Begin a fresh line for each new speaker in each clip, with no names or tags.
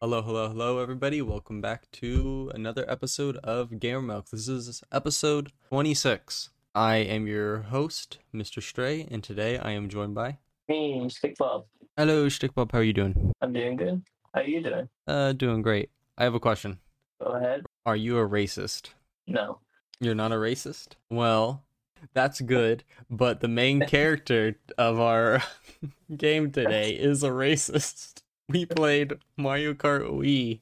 Hello, hello, hello, everybody. Welcome back to another episode of Gamer Milk. This is episode 26. I am your host, Mr. Stray, and today I am joined by.
Me, Stick Bob.
Hello, Stickbub. How are you doing?
I'm doing good. How you doing?
Uh, doing great. I have a question.
Go ahead.
Are you a racist?
No.
You're not a racist? Well, that's good, but the main character of our game today is a racist. We played Mario Kart Wii.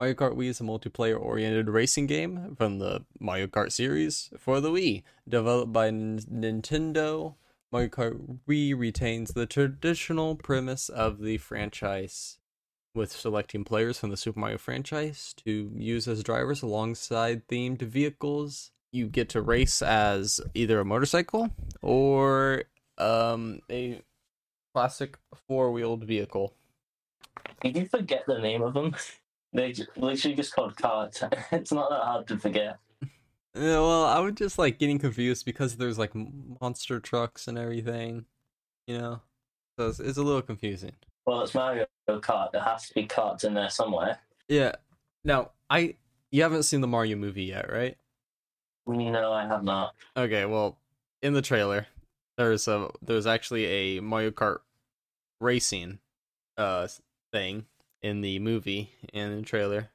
Mario Kart Wii is a multiplayer oriented racing game from the Mario Kart series for the Wii. Developed by N- Nintendo, Mario Kart Wii retains the traditional premise of the franchise, with selecting players from the Super Mario franchise to use as drivers alongside themed vehicles. You get to race as either a motorcycle or um, a classic four wheeled vehicle.
Did you forget the name of them? They j- literally just called carts. it's not that hard to forget.
Yeah, well, I was just like getting confused because there's like m- monster trucks and everything, you know. So it's, it's a little confusing.
Well, it's Mario Kart. There has to be carts in there somewhere.
Yeah. Now, I you haven't seen the Mario movie yet, right?
No, I have not.
Okay. Well, in the trailer, there's a there's actually a Mario Kart racing uh s- thing in the movie and in the trailer.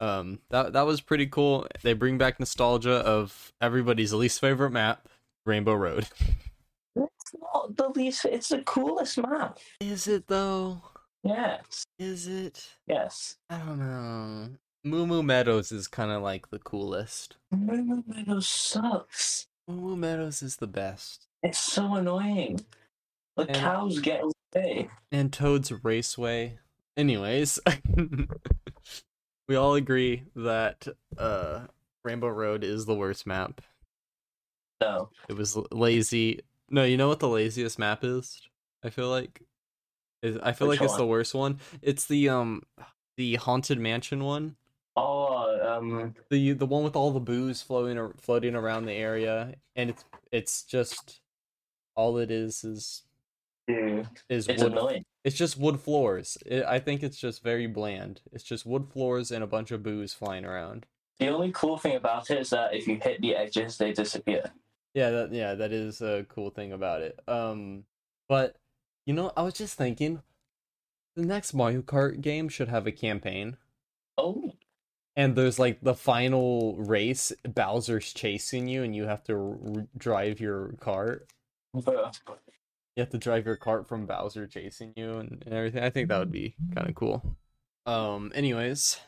Um, that that was pretty cool. They bring back nostalgia of everybody's least favorite map, Rainbow Road.
It's not the least. It's the coolest map.
Is it though?
Yes.
Is it?
Yes.
I don't know. Moo Moo Meadows is kind of like the coolest.
Rainbow Meadows sucks.
Moo Moo Meadows is the best.
It's so annoying. The
And-
cows get away.
And Toad's Raceway. Anyways, we all agree that uh, Rainbow Road is the worst map.
No.
It was l- lazy. No, you know what the laziest map is? I feel like. Is, I feel
Which
like it's the
one?
worst one. It's the um, the haunted mansion one.
Oh, um,
the the one with all the booze flowing ar- floating around the area, and it's it's just all it is is
dude,
is
it's
wood.
annoying.
It's just wood floors. It, I think it's just very bland. It's just wood floors and a bunch of booze flying around.
The only cool thing about it is that if you hit the edges, they disappear.
Yeah, that yeah, that is a cool thing about it. Um, but you know, I was just thinking, the next Mario Kart game should have a campaign.
Oh,
and there's like the final race bowser's chasing you and you have to r- r- drive your cart
bruh.
you have to drive your cart from bowser chasing you and, and everything i think that would be kind of cool um anyways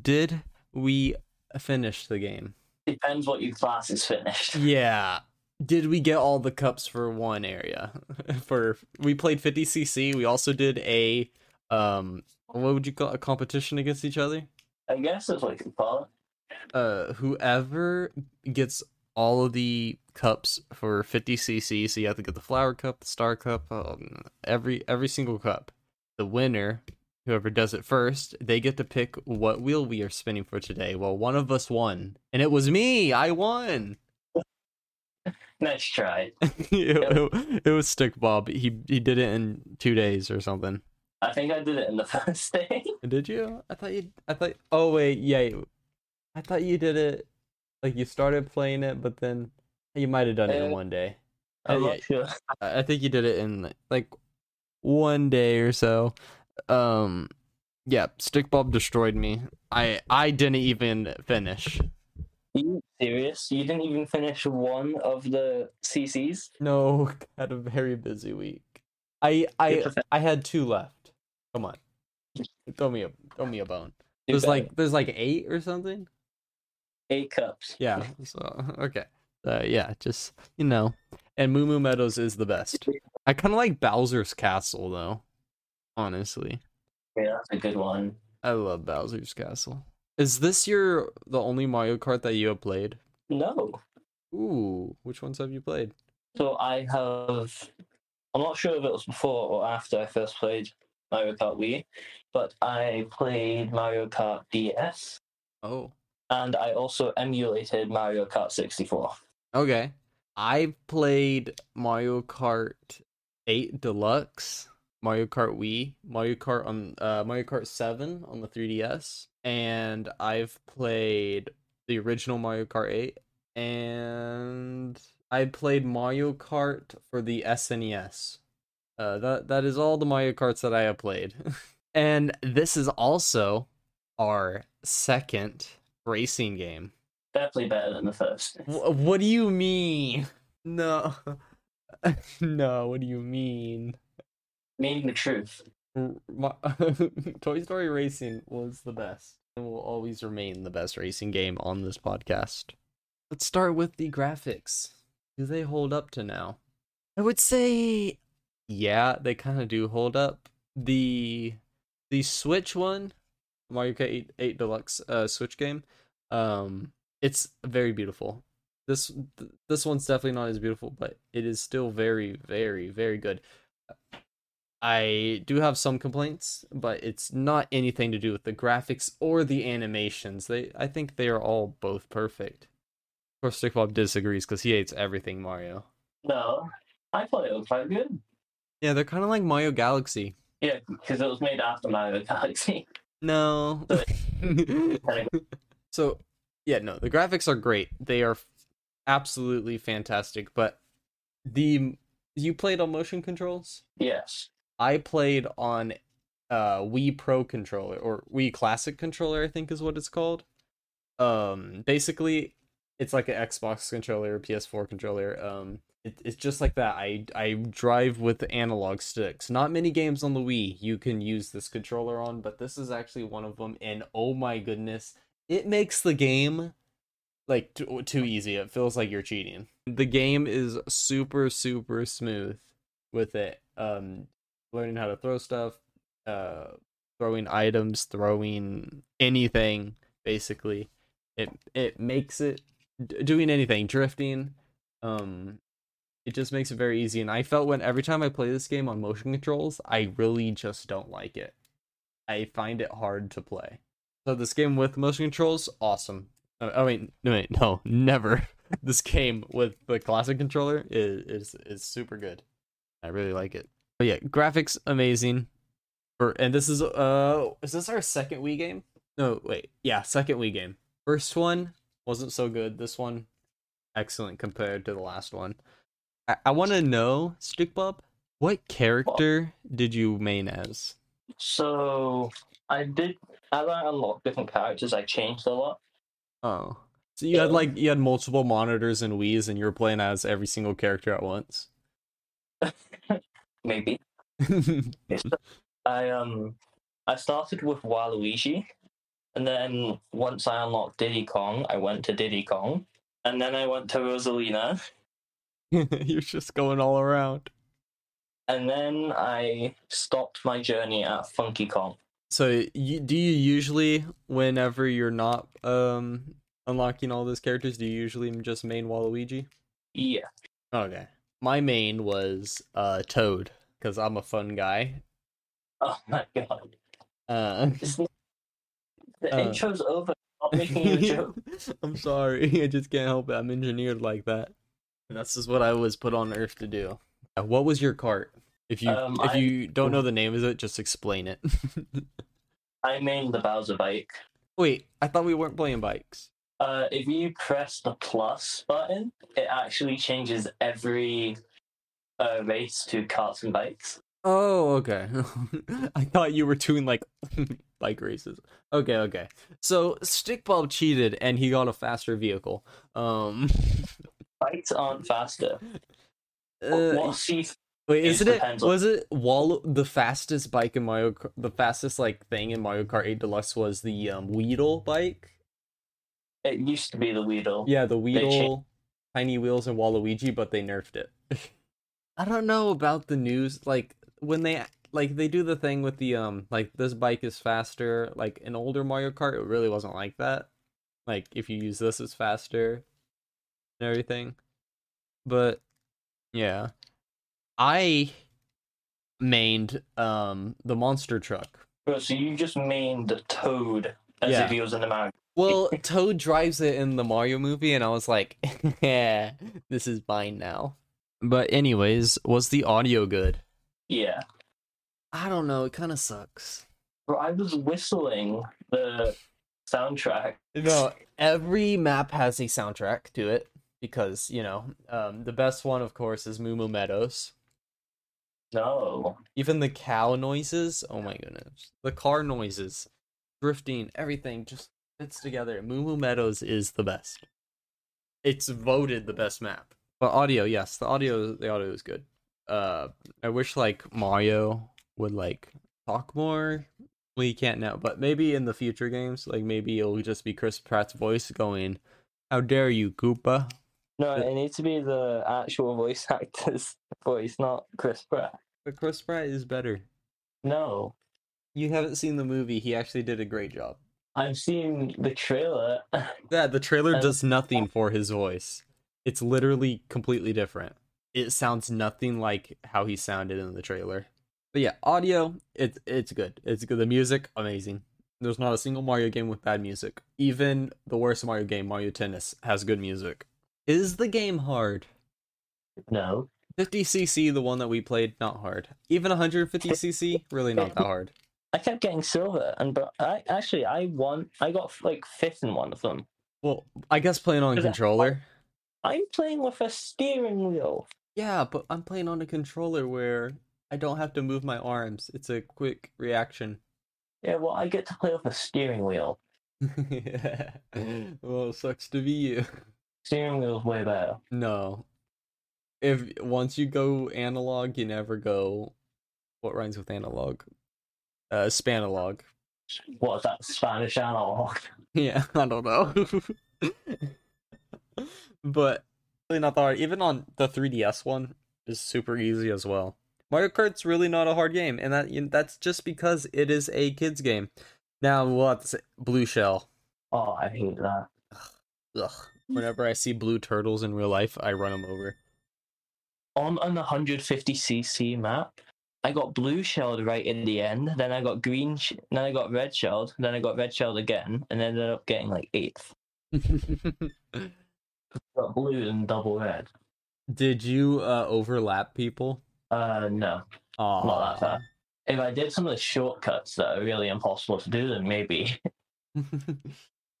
did we finish the game
Depends what your class is finished.
yeah did we get all the cups for one area for we played 50cc we also did a um what would you call a competition against each other
I guess that's what you can call
uh whoever gets all of the cups for 50 cc so you have to get the flower cup the star cup um, every every single cup the winner whoever does it first they get to pick what wheel we are spinning for today well one of us won and it was me i won
it. Nice try.
it, it- it was stick bob he he did it in two days or something
I think I did it in the first day.
did you i thought you i thought oh wait yeah i thought you did it like you started playing it but then you might have done it in
Uh,
one day
I'm
Uh,
not sure.
Eh, I I think you did it in like one day or so. Um yeah, Stickbob destroyed me. I I didn't even finish.
Are you serious? You didn't even finish one of the CCs?
No, had a very busy week. I I I had two left. Come on. Throw me a throw me a bone.
You
There's
got
like there's like 8 or something.
eight cups.
Yeah. So okay. Uh, yeah, just you know. And Moo Moo Meadows is the best. I kind of like Bowser's Castle though. Honestly.
Yeah, that's a good one.
I love Bowser's Castle. Is this your the only Mario Kart that you have played?
No.
Ooh, which ones have you played?
So I have. I'm not sure if it was before or after I first played Mario Kart Wii, but I played Mario Kart DS
Oh,
and I also emulated Mario Kart 64.
okay. I've played Mario Kart 8 Deluxe Mario Kart Wii, Mario Kart on uh, Mario Kart 7 on the 3DS, and I've played the original Mario Kart 8 and I played Mario Kart for the SNES. Uh, that that is all the Mario Karts that I have played. and this is also our second racing game.
Definitely better than the first.
Wh- what do you mean? No. no, what do you mean?
Meaning the truth.
R- Ma- Toy Story Racing was the best and will always remain the best racing game on this podcast. Let's start with the graphics. Do they hold up to now? I would say yeah, they kind of do hold up. The the Switch one, Mario Kart 8, 8 Deluxe uh Switch game, um it's very beautiful. This th- this one's definitely not as beautiful, but it is still very very very good. I do have some complaints, but it's not anything to do with the graphics or the animations. They, I think they are all both perfect. Of course, Stick Bob disagrees because he hates everything Mario.
No, I thought it was quite good.
Yeah, they're kind of like Mario Galaxy.
Yeah, because it was made after Mario Galaxy.
No. so, yeah, no, the graphics are great. They are absolutely fantastic, but the you played on motion controls?
Yes.
I played on uh Wii Pro controller or Wii Classic controller, I think is what it's called. Um basically it's like an Xbox controller, PS4 controller. Um it, it's just like that. I I drive with analog sticks. Not many games on the Wii you can use this controller on, but this is actually one of them and oh my goodness, it makes the game like too, too easy. It feels like you're cheating. The game is super super smooth with it. Um learning how to throw stuff, uh, throwing items, throwing anything. Basically, it it makes it d- doing anything, drifting. Um, it just makes it very easy. And I felt when every time I play this game on motion controls, I really just don't like it. I find it hard to play. So this game with motion controls, awesome. Uh, I mean, no, wait, no, never. this game with the classic controller is is is super good. I really like it. But yeah, graphics amazing. For and this is uh is this our second Wii game? No, wait. Yeah, second Wii game. First one wasn't so good. This one excellent compared to the last one. I, I want to know, Stick Bob, what character did you main as?
So I did. As I unlocked different characters, I changed a lot.
Oh. So you had like you had multiple monitors and Wii's and you were playing as every single character at once.
Maybe I um I started with Waluigi, and then once I unlocked Diddy Kong, I went to Diddy Kong, and then I went to Rosalina,
You're just going all around.
and then I stopped my journey at Funky Kong.
So, you, do you usually, whenever you're not um unlocking all those characters, do you usually just main Waluigi?
Yeah,
Okay. My main was uh Toad because I'm a fun guy.
Oh my god.
Uh,
It's not... The
Uh.
intro's over. Stop making you a joke.
I'm sorry, I just can't help it. I'm engineered like that. And that's just what I was put on Earth to do. Uh, What was your cart? If you
Um,
if
I-
you don't know the name of it, just explain it.
I mean the Bowser bike.
Wait, I thought we weren't playing bikes.
Uh, if you press the plus button, it actually changes every uh, race to carts and bikes.
Oh, okay. I thought you were doing like bike races. Okay, okay. So Stickball cheated and he got a faster vehicle. Um
Bikes aren't faster.
uh,
What see
wait,
it
isn't it
depends on-
was it Wall the fastest bike in Mario Kart, the fastest like thing in Mario Kart 8 Deluxe was the um Weedle bike?
it used to be the Weedle.
Yeah, the
cha-
Weedle, Tiny Wheels, and Waluigi, but they nerfed it. I don't know about the news. Like when they like they do the thing with the um like this bike is faster. Like in older Mario Kart, it really wasn't like that. Like if you use this, it's faster and everything. But yeah, I mained um the monster truck.
Bro, so you just mean the Toad as
Yeah.
if he was an American.
Well, Toad drives it in the Mario movie, and I was like, yeah, this is mine now. But, anyways, was the audio good?
Yeah.
I don't know. It kind of sucks.
Bro, I was whistling the soundtrack.
No, every map has a soundtrack to it because you know um, the best one, of course, is Moo Moo Meadows.
No.
Even the cow noises. Oh my goodness, the car noises, drifting, everything just fits together. Moo Moo Meadows is the best. It's voted the best map. But audio, yes, the audio, the audio is good. Uh, I wish like Mario would like talk more. We can't now, but maybe in the future games, like maybe it'll just be Chris Pratt's voice going, "How dare you, Koopa."
No,
The-
it needs to be the actual voice actor's voice, not Chris Pratt.
But Chris Pratt is better.
No.
You haven't seen the movie. He actually did a great job.
I've seen the trailer.
Yeah, the trailer
And-
does nothing for his voice. It's literally completely different. It sounds nothing like how he sounded in the trailer. But yeah, audio, it's it's good. It's good. The music, amazing. There's not a single Mario game with bad music. Even the worst Mario game, Mario Tennis, has good music. Is the game hard?
No.
50cc, the one that we played, not hard. Even 150cc, really not that hard.
I kept getting silver, and but I actually I won. I got like fifth in one of them.
Well, I guess playing on a
Is that-
controller.
I'm playing with a steering wheel.
Yeah, but I'm playing on a controller where I don't have to move my arms. It's a quick reaction.
Yeah, well, I get to play with a steering wheel.
Well, sucks to be you.
Steering wheel's way better.
No. If once you go analog, you never go. What rhymes with analog? Uh, spanalog.
What is that Spanish analog?
Yeah, I don't know. but really not that hard. Even on the 3DS one is super easy as well. Mario Kart's really not a hard game, and that you that's just because it is a kids game. Now we'll have to say Blue Shell.
Oh, I hate that.
Ugh. Whenever I see blue turtles in real life, I run them over.
On an 150cc map, I got blue shelled right in the end. Then I got green. Sh- then I got red shelled. Then I got red shelled again, and ended up getting like eighth. Got blue and double red.
Did you uh, overlap people?
Uh, no.
Aw.
that bad. If I did some of the shortcuts that are really impossible to do, then maybe.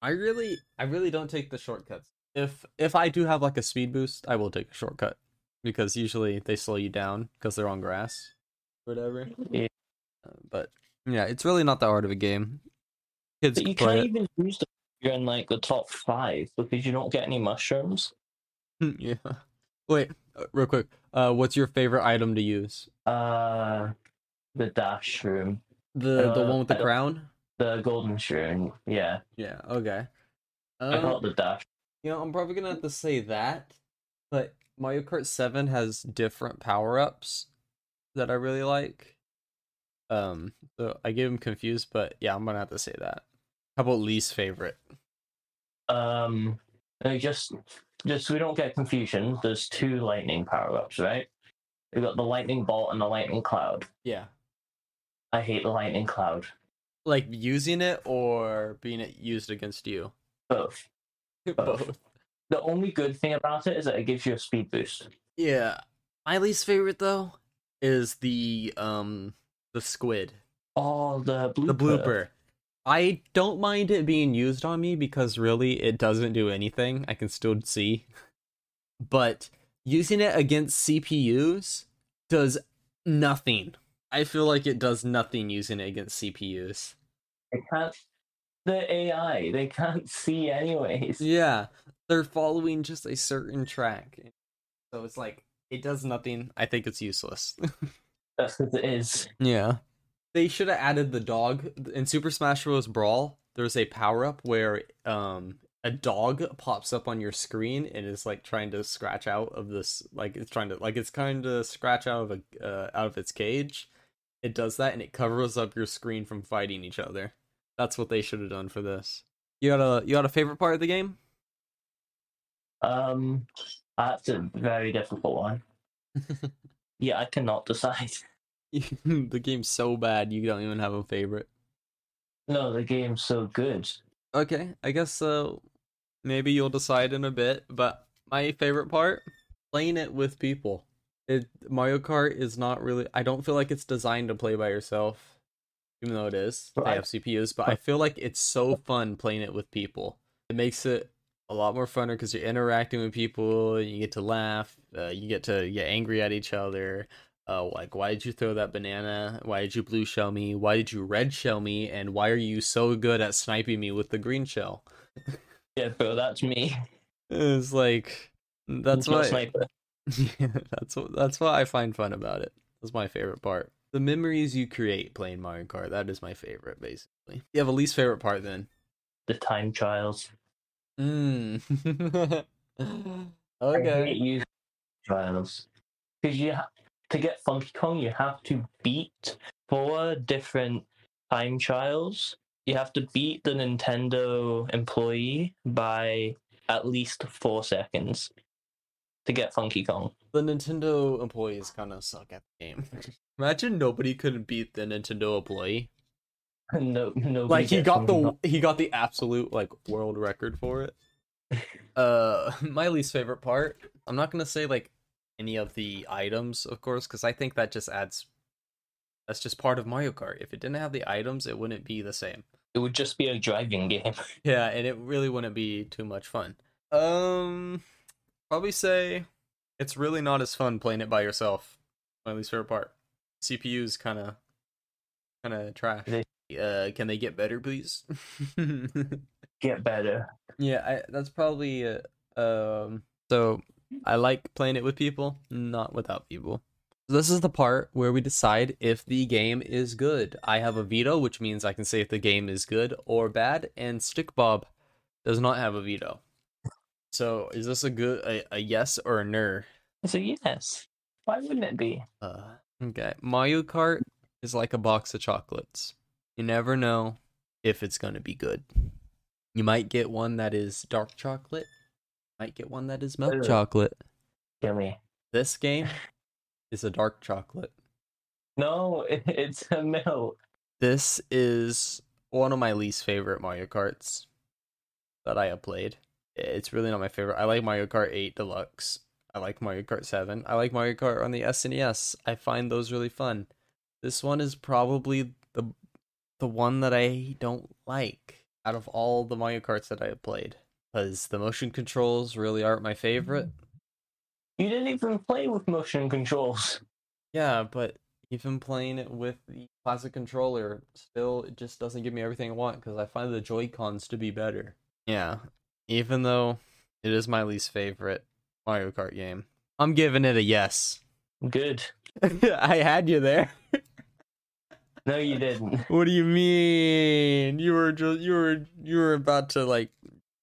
I really I really don't take the shortcuts. If if I do have like a speed boost, I will take a shortcut because usually they slow you down because they're on grass or whatever.
Yeah.
Uh, but yeah, it's really not that hard of a game. Kids
But
can
you
play
can't
it.
even use them. if You're in like the top five because you don't get any mushrooms.
yeah. Wait, uh, real quick. Uh what's your favorite item to use?
Uh, the dash shroom,
The the
Uh,
one with the
I don't-
crown?
the golden shroom. Yeah,
Yeah, okay.
I
Um,
got the dash.
You know, I'm probably gonna have to say that, but Mario Kart 7 has different power ups that I really like. Um, so I get him confused, but yeah, I'm gonna have to say that. How about least favorite?
Um, no, just just so we don't get confusion. There's two lightning power ups, right? We got the lightning bolt and the lightning cloud.
Yeah,
I hate the lightning cloud.
like using it or being it used against you.
Both.
Both.
The only good thing about it is that it gives you a speed boost.
Yeah, my least favorite though is the um the squid.
Oh, the blooper.
the blooper. I don't mind it being used on me because really it doesn't do anything. I can still see. But using it against CPUs does nothing. I feel like it does nothing using it against CPUs.
They can't. The AI. They can't see anyways.
Yeah, they're following just a certain track. So it's like it does nothing. I think it's useless.
That's what it is.
Yeah. They should have added the dog in Super Smash Bros. Brawl. There's a power up where um a dog pops up on your screen and is like trying to scratch out of this like it's trying to like it's kind of scratch out of a uh, out of its cage. It does that and it covers up your screen from fighting each other. That's what they should have done for this. You got a you got a favorite part of the game?
Um, that's a very difficult one. Yeah, I cannot decide.
the game's so bad you don't even have a favorite.
No, the game's so good.
Okay, I guess uh, maybe you'll decide in a bit, but my favorite part, playing it with people. It Mario Kart is not really. I don't feel like it's designed to play by yourself, even though it is. They
Right.
have CPUs, but I feel like it's so fun playing it with people. It makes it a lot more funner because you're interacting with people. You get to laugh. Uh, you get to get angry at each other. Uh, like, why did you throw that banana? Why did you blue shell me? Why did you red shell me? And why are you so good at sniping me with the green shell?
Yeah, bro, that's me.
It's like that's
No
what
sniper.
yeah, that's what that's what I find fun about it. That's my favorite part. The memories you create playing Mario Kart, that is my favorite basically. You have a least favorite part then.
The time trials.
Mm.
I hate
okay.
using trials because you ha- to get Funky Kong, you have to beat four different time trials. You have to beat the Nintendo employee by at least four seconds to get Funky Kong.
The Nintendo employees kinda suck at the game. Imagine nobody could beat the Nintendo employee.
No, no.
Like he got the he got the absolute like world record for it. Uh my least favorite part, I'm not going to say like any of the items of course cuz I think that just adds that's just part of Mario Kart. If it didn't have the items, it wouldn't be the same.
It would just be a driving game.
Yeah, and it really wouldn't be too much fun. Um probably say it's really not as fun playing it by yourself. My least favorite part. CPU's kind of kind of trash.
They-
Uh can they get better please?
Get better.
Yeah, I, that's probably uh, um. So I like playing it with people, not without people. This is the part where we decide if the game is good. I have a veto, which means I can say if the game is good or bad, and Stick Bob does not have a veto. So is this a good a, a yes or a ner?
So yes, why wouldn't it be?
Uh, okay. Mario Kart is like a box of chocolates. You never know if it's going to be good. You might get one that is dark chocolate, might get one that is milk
Ugh.
chocolate.
Kill me.
This game is a dark chocolate.
No, it, it's a milk.
This is one of my least favorite Mario Karts that I have played. It's really not my favorite. I like Mario Kart 8 Deluxe. I like Mario Kart 7. I like Mario Kart on the SNES. I find those really fun. This one is probably the the one that I don't like out of all the Mario Karts that I have played cuz the motion controls really aren't my favorite.
You didn't even play with motion controls.
Yeah, but even playing it with the classic controller, still it just doesn't give me everything I want because I find the Joy Cons to be better. Yeah, even though it is my least favorite Mario Kart game, I'm giving it a yes.
Good.
I had you there.
No, you didn't.
What do you mean? You were just you were you were about to like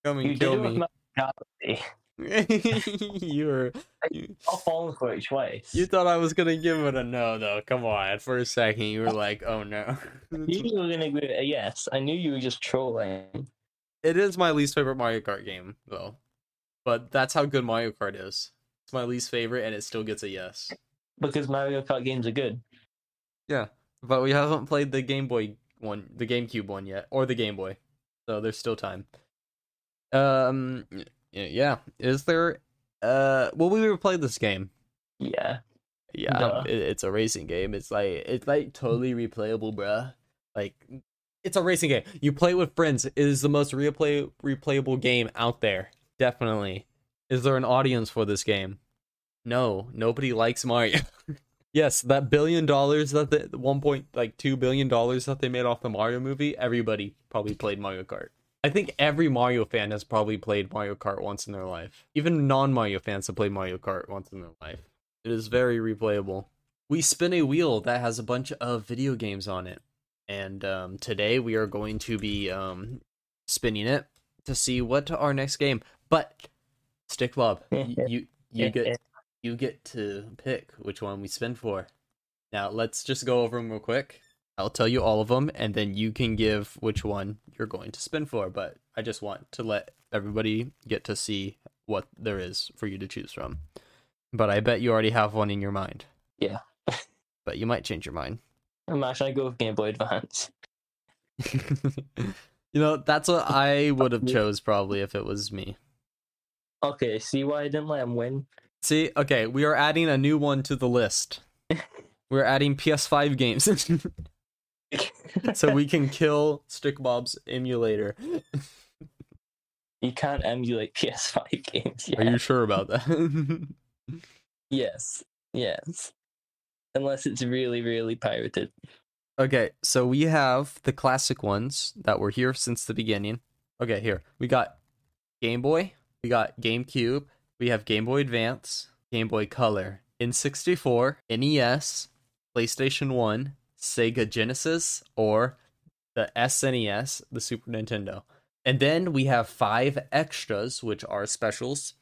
come and
You did
kill
it with
me.
my
you were you,
I'll fall for it twice.
you thought I was gonna give it a no though. Come on, for a second you were like, oh no.
knew you were gonna go a yes. I knew you were just trolling.
It is my least favorite Mario Kart game, though. But that's how good Mario Kart is. It's my least favorite, and it still gets a yes.
Because Mario Kart games are good.
But we haven't played the Game Boy one, the GameCube one yet, or the Game Boy, so there's still time. Um, y- yeah. Is there? Uh, will we ever play this game?
Yeah.
Yeah,
Duh.
it, it's a racing game. It's like it's like totally replayable, bruh. Like Mm-hmm. it's a racing game. You play with friends. It is the most replay replayable game out there. Definitely. Is there an audience for this game? No, nobody likes Mario. yes, that billion dollars that the one point like two billion dollars that they made off the Mario movie, everybody probably played Mario Kart. I think every Mario fan has probably played Mario Kart once in their life. Even non Mario fans have played Mario Kart once in their life. It is very replayable. We spin a wheel that has a bunch of video games on it. And um, today we are going to be um, spinning it to see what our next game. But Stick Bob, y- you you
Eh,
get you get to pick which one we spin for. Now let's just go over them real quick. I'll tell you all of them, and then you can give which one you're going to spin for. But I just want to let everybody get to see what there is for you to choose from. But I bet you already have one in your mind.
Yeah.
but you might change your mind.
I'm actually gonna go with Game Boy Advance.
you know, that's what I would have chose probably if it was me.
Okay, see why I didn't let him win?
See, okay, we are adding a new one to the list. We're adding PS5 games. so we can kill Stick Bob's emulator.
you can't emulate PS5 games. Yet.
Are you sure about that?
Yes, yes. Unless it's really, really pirated.
okay, so we have the classic ones that were here since the beginning. Okay, here. We got Game Boy, we got GameCube, we have Game Boy Advance, Game Boy Color, N64, NES, E PlayStation 1, Sega Genesis, or the SNES, the Super Nintendo. And then we have five extras, which are specials.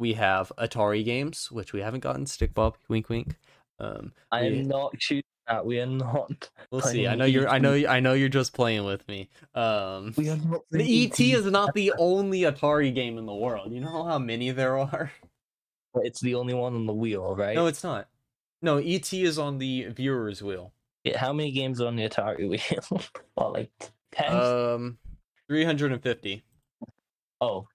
We have Atari games, which we haven't gotten. Stick Bob, wink, wink. Um,
I
Yeah.
am not choosing that. We are not.
we'll see. I know
E
you're. I know. I know you're just playing with me. Um,
We are not.
the ET is not the only Atari game in the world. You know how many there are?
But It's the only one on the wheel, right?
No, it's not. No, ET is on the viewer's wheel.
Yeah, How many games are on the Atari wheel? well, like ten.
Um, 350.
oh,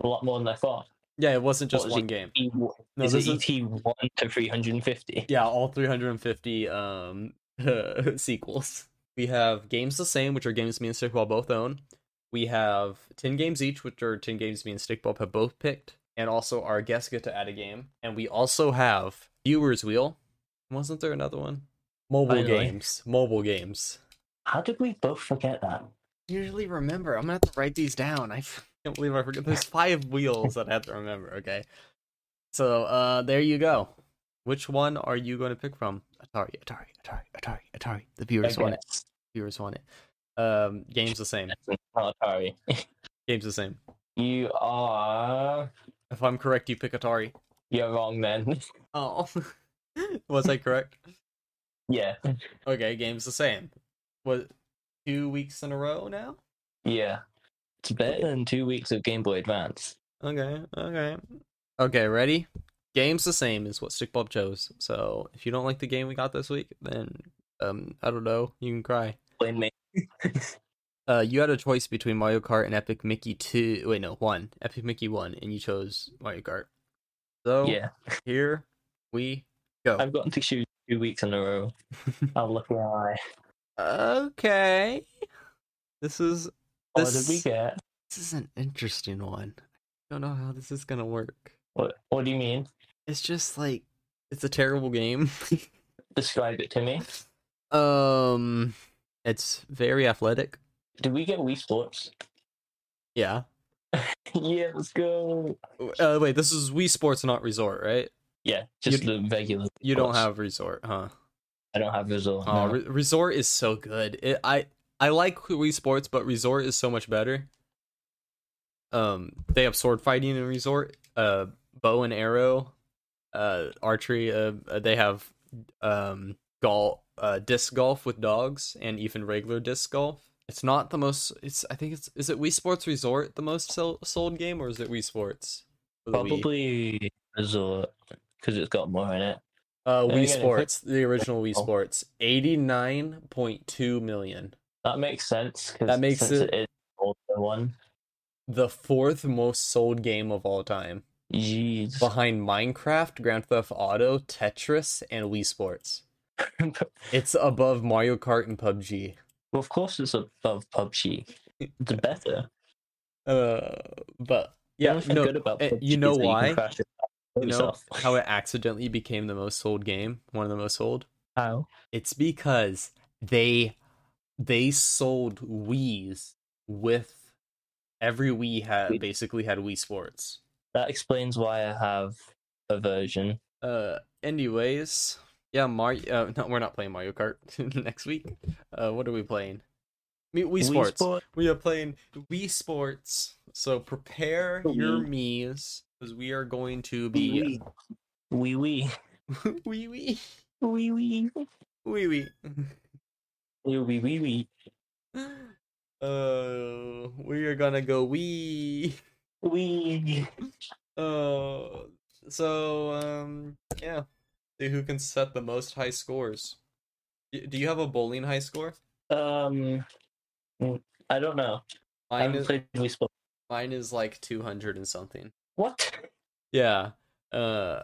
a lot more than I thought.
Yeah, it wasn't just
What was
one
it?
game.
E-
No,
is
this
it
is
ET one to three hundred and fifty?
yeah, all 350 um sequels. We have games the same, which are games me and Stickball both own. We have 10 games each, which are 10 games me and Stickball have both picked, and also our guests get to add a game. And we also have Viewers Wheel. Wasn't there another one? Mobile
Finally.
games. Mobile games.
How did we both forget that?
usually remember. I'm gonna have to write these down. I f- can't believe I forgot. There's five wheels that I have to remember. Okay, so uh, there you go. Which one are you going to pick from? Atari, Atari, Atari, Atari, Atari. The viewers want it.
That's
Viewers want it. Um, game's the same.
not Atari.
Game's the same.
You are.
If I'm correct, you pick Atari.
You're wrong then.
Oh, was I correct?
yeah.
Okay, game's the same. What? Two weeks in a row now.
Yeah. It's better than two weeks of Game Boy Advance.
Okay, okay. Okay, ready? Game's the same is what Stickbob chose. So if you don't like the game we got this week, then um I don't know, you can cry.
Blame me.
Uh you had a choice between Mario Kart and Epic Mickey 2 wait no, 1. Epic Mickey 1 and you chose Mario Kart. So
Yeah.
here we go.
I've gotten to shoot two weeks in a row. I'll look why.
Okay. This is
What Oh, did we
This-
get?
this is an interesting one. I don't know how this is going to work.
What What do you mean?
It's just like it's a terrible game.
Describe it to me.
Um, it's very athletic.
Did we get Wii Sports?
Yeah.
yeah, let's go.
Uh, wait, this is Wii Sports, not Resort, right?
Yeah, just
You-
the regular.
You don't
Sports.
have Resort, huh?
I don't have Resort.
Oh,
no.
Re- Resort is so good. It, I I like Wii Sports, but Resort is so much better. Um, they have sword fighting in Resort, uh, bow and arrow, uh, archery. Uh, uh, they have um golf, uh, disc golf with dogs, and even regular disc golf. It's not the most. It's I think it's is it Wii Sports Resort the most sell, sold game, or is it Wii Sports? for the Wii?
Probably Resort because it's got more in it.
Uh,
I
Wii
think I-
Sports, the original Wii
Oh.
Sports, eighty nine point two million.
That makes sense. 'cause
That makes
since
it-
it is older one.
the fourth most sold game of all time,
Jeez.
behind Minecraft, Grand Theft Auto, Tetris, and Wii Sports. It's above Mario Kart and PUBG.
Well, of course, it's above PUBG. It's better.
Uh, but
The
yeah,
only thing
no,
good about
eh,
PUBG
you know
is that
why?
can crash it
you know
yourself.
how it accidentally became the most sold game, one of the most sold.
How?
It's because they they sold Wii's with every Wii had basically had Wii Sports.
That explains why I have a version.
Uh, anyways, yeah, Mario. Uh, no, we're not playing Mario Kart next week. Uh, what are we playing? Me- Wii, Sports.
Sport-
We are playing Wii Sports. So prepare your
Wii.
me's because we are going to be
Wee wee. Wee
wee wee
wee. Wee wee.
wee wee.
Wee wee wee wee.
Uh, we are gonna go wee.
Wee.
Uh, so um, yeah, see who can set the most high scores. Y- Do you have a bowling high score?
Um, I don't know. I
Mine
haven't
is
played Wii Sport.
mine is like 200 and something
What?
yeah Uh,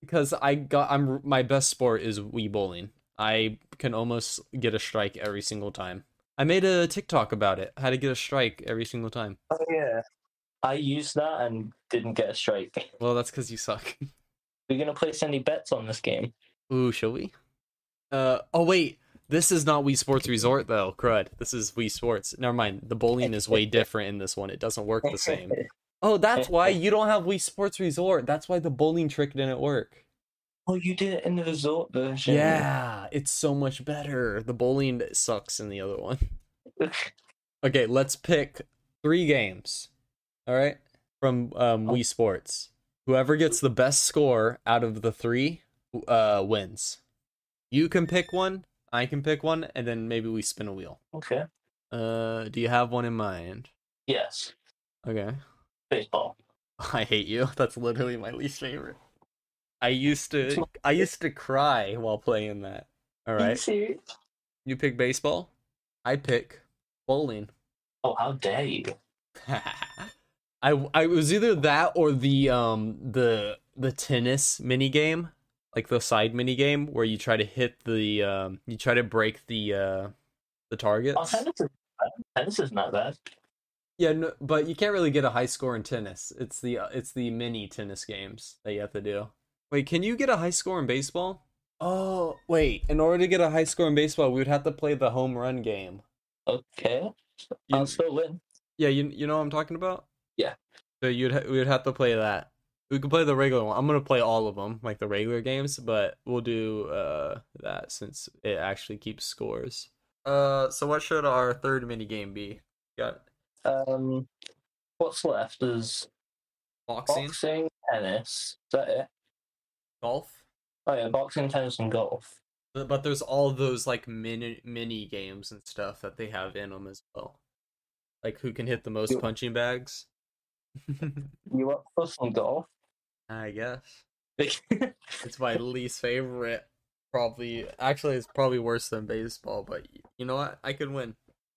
because I got I'm my best sport is Wii bowling. I can almost get a strike every single time. I made a TikTok about it, how to get a strike every single time.
Oh yeah. I used that and didn't get a strike.
Well, that's because you suck.
We're gonna place any bets on this game.
Ooh, shall we? Uh oh wait, this is not Wii Sports Resort though, crud. This is Wii Sports. Never mind. The bowling is way different in this one. It doesn't work the same. Oh, that's why you don't have Wii Sports Resort. That's why the bowling trick didn't work.
oh, you did it in the resort version.
Yeah, it's so much better. The bowling sucks in the other one. Okay, let's pick three games. All right, from um, Wii Sports. Whoever gets the best score out of the three uh, wins. You can pick one. I can pick one, and then maybe we spin a wheel.
okay.
Uh, do you have one in mind?
Yes.
Okay.
Baseball.
I hate you. That's literally my least favorite. I used to I used to cry while playing that. All
Are you
right.
serious?
You pick baseball. I pick bowling.
Oh, how dare you?
I I was either that or the um the the tennis mini game, like the side mini game where you try to hit the um you try to break the uh the
Oh,
targets.
tennis is tennis is not bad.
Yeah, no, but you can't really get a high score in tennis. It's the uh, it's the mini tennis games that you have to do. Wait, can you get a high score in baseball? Oh, wait. In order to get a high score in baseball, we would have to play the home run game.
Okay.
You-
I'll still win.
Yeah, you you know what I'm talking about?
Yeah.
So you'd ha- we'd have to play that. We could play the regular one. I'm gonna play all of them, like the regular games, but we'll do uh that since it actually keeps scores. Uh, so what should our third mini game be? Got
Um, what's left is
boxing,
boxing, tennis. Is that it?
golf,
Oh yeah, boxing, tennis, and golf.
but but there's all those like mini mini games and stuff that they have in them as well, like who can hit the most
You-
punching bags.
You up for some golf?
I guess.
I
It's my least favorite. Probably, actually, it's probably worse than baseball. But y- you know what? I could win.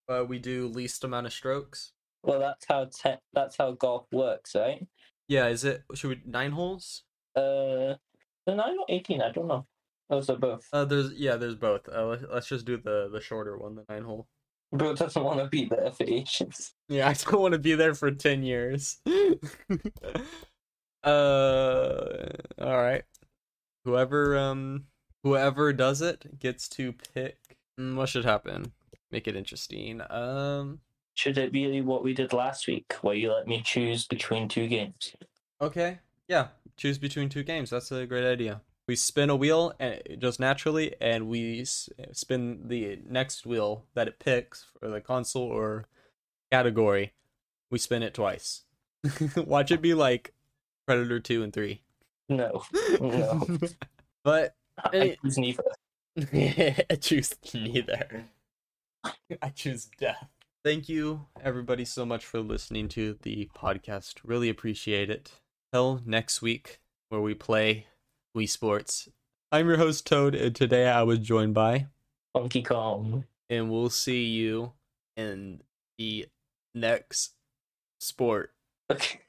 Uh, we do least amount of strokes.
Well, that's how te- that's how golf works, right?
Yeah, is it? Should we nine holes?
Uh, the nine or eighteen, I don't know. Those are both.
Uh, there's yeah, there's both. Uh, let- let's just do the the shorter one, the nine hole.
Bro doesn't want to be there for ages.
Yeah, I don't want to be there for ten years. uh, all right. Whoever um whoever does it gets to pick. Mm, What should happen? Make it interesting. Um.
Should it be what we did last week, where you let me choose between two games?
Okay. Yeah. Choose between two games. That's a great idea. We spin a wheel and just naturally, and we s- spin the next wheel that it picks for the console or category. We spin it twice. Watch it be like Predator 2 and 3.
No, No.
but
I
Any-
choose neither.
I choose neither. I choose death. Thank you, everybody, so much for listening to the podcast. Really appreciate it. Till next week, where we play Wii Sports. I'm your host, Toad, and today I was joined by,
Funky Kong.
and we'll see you in the next sport.
Okay.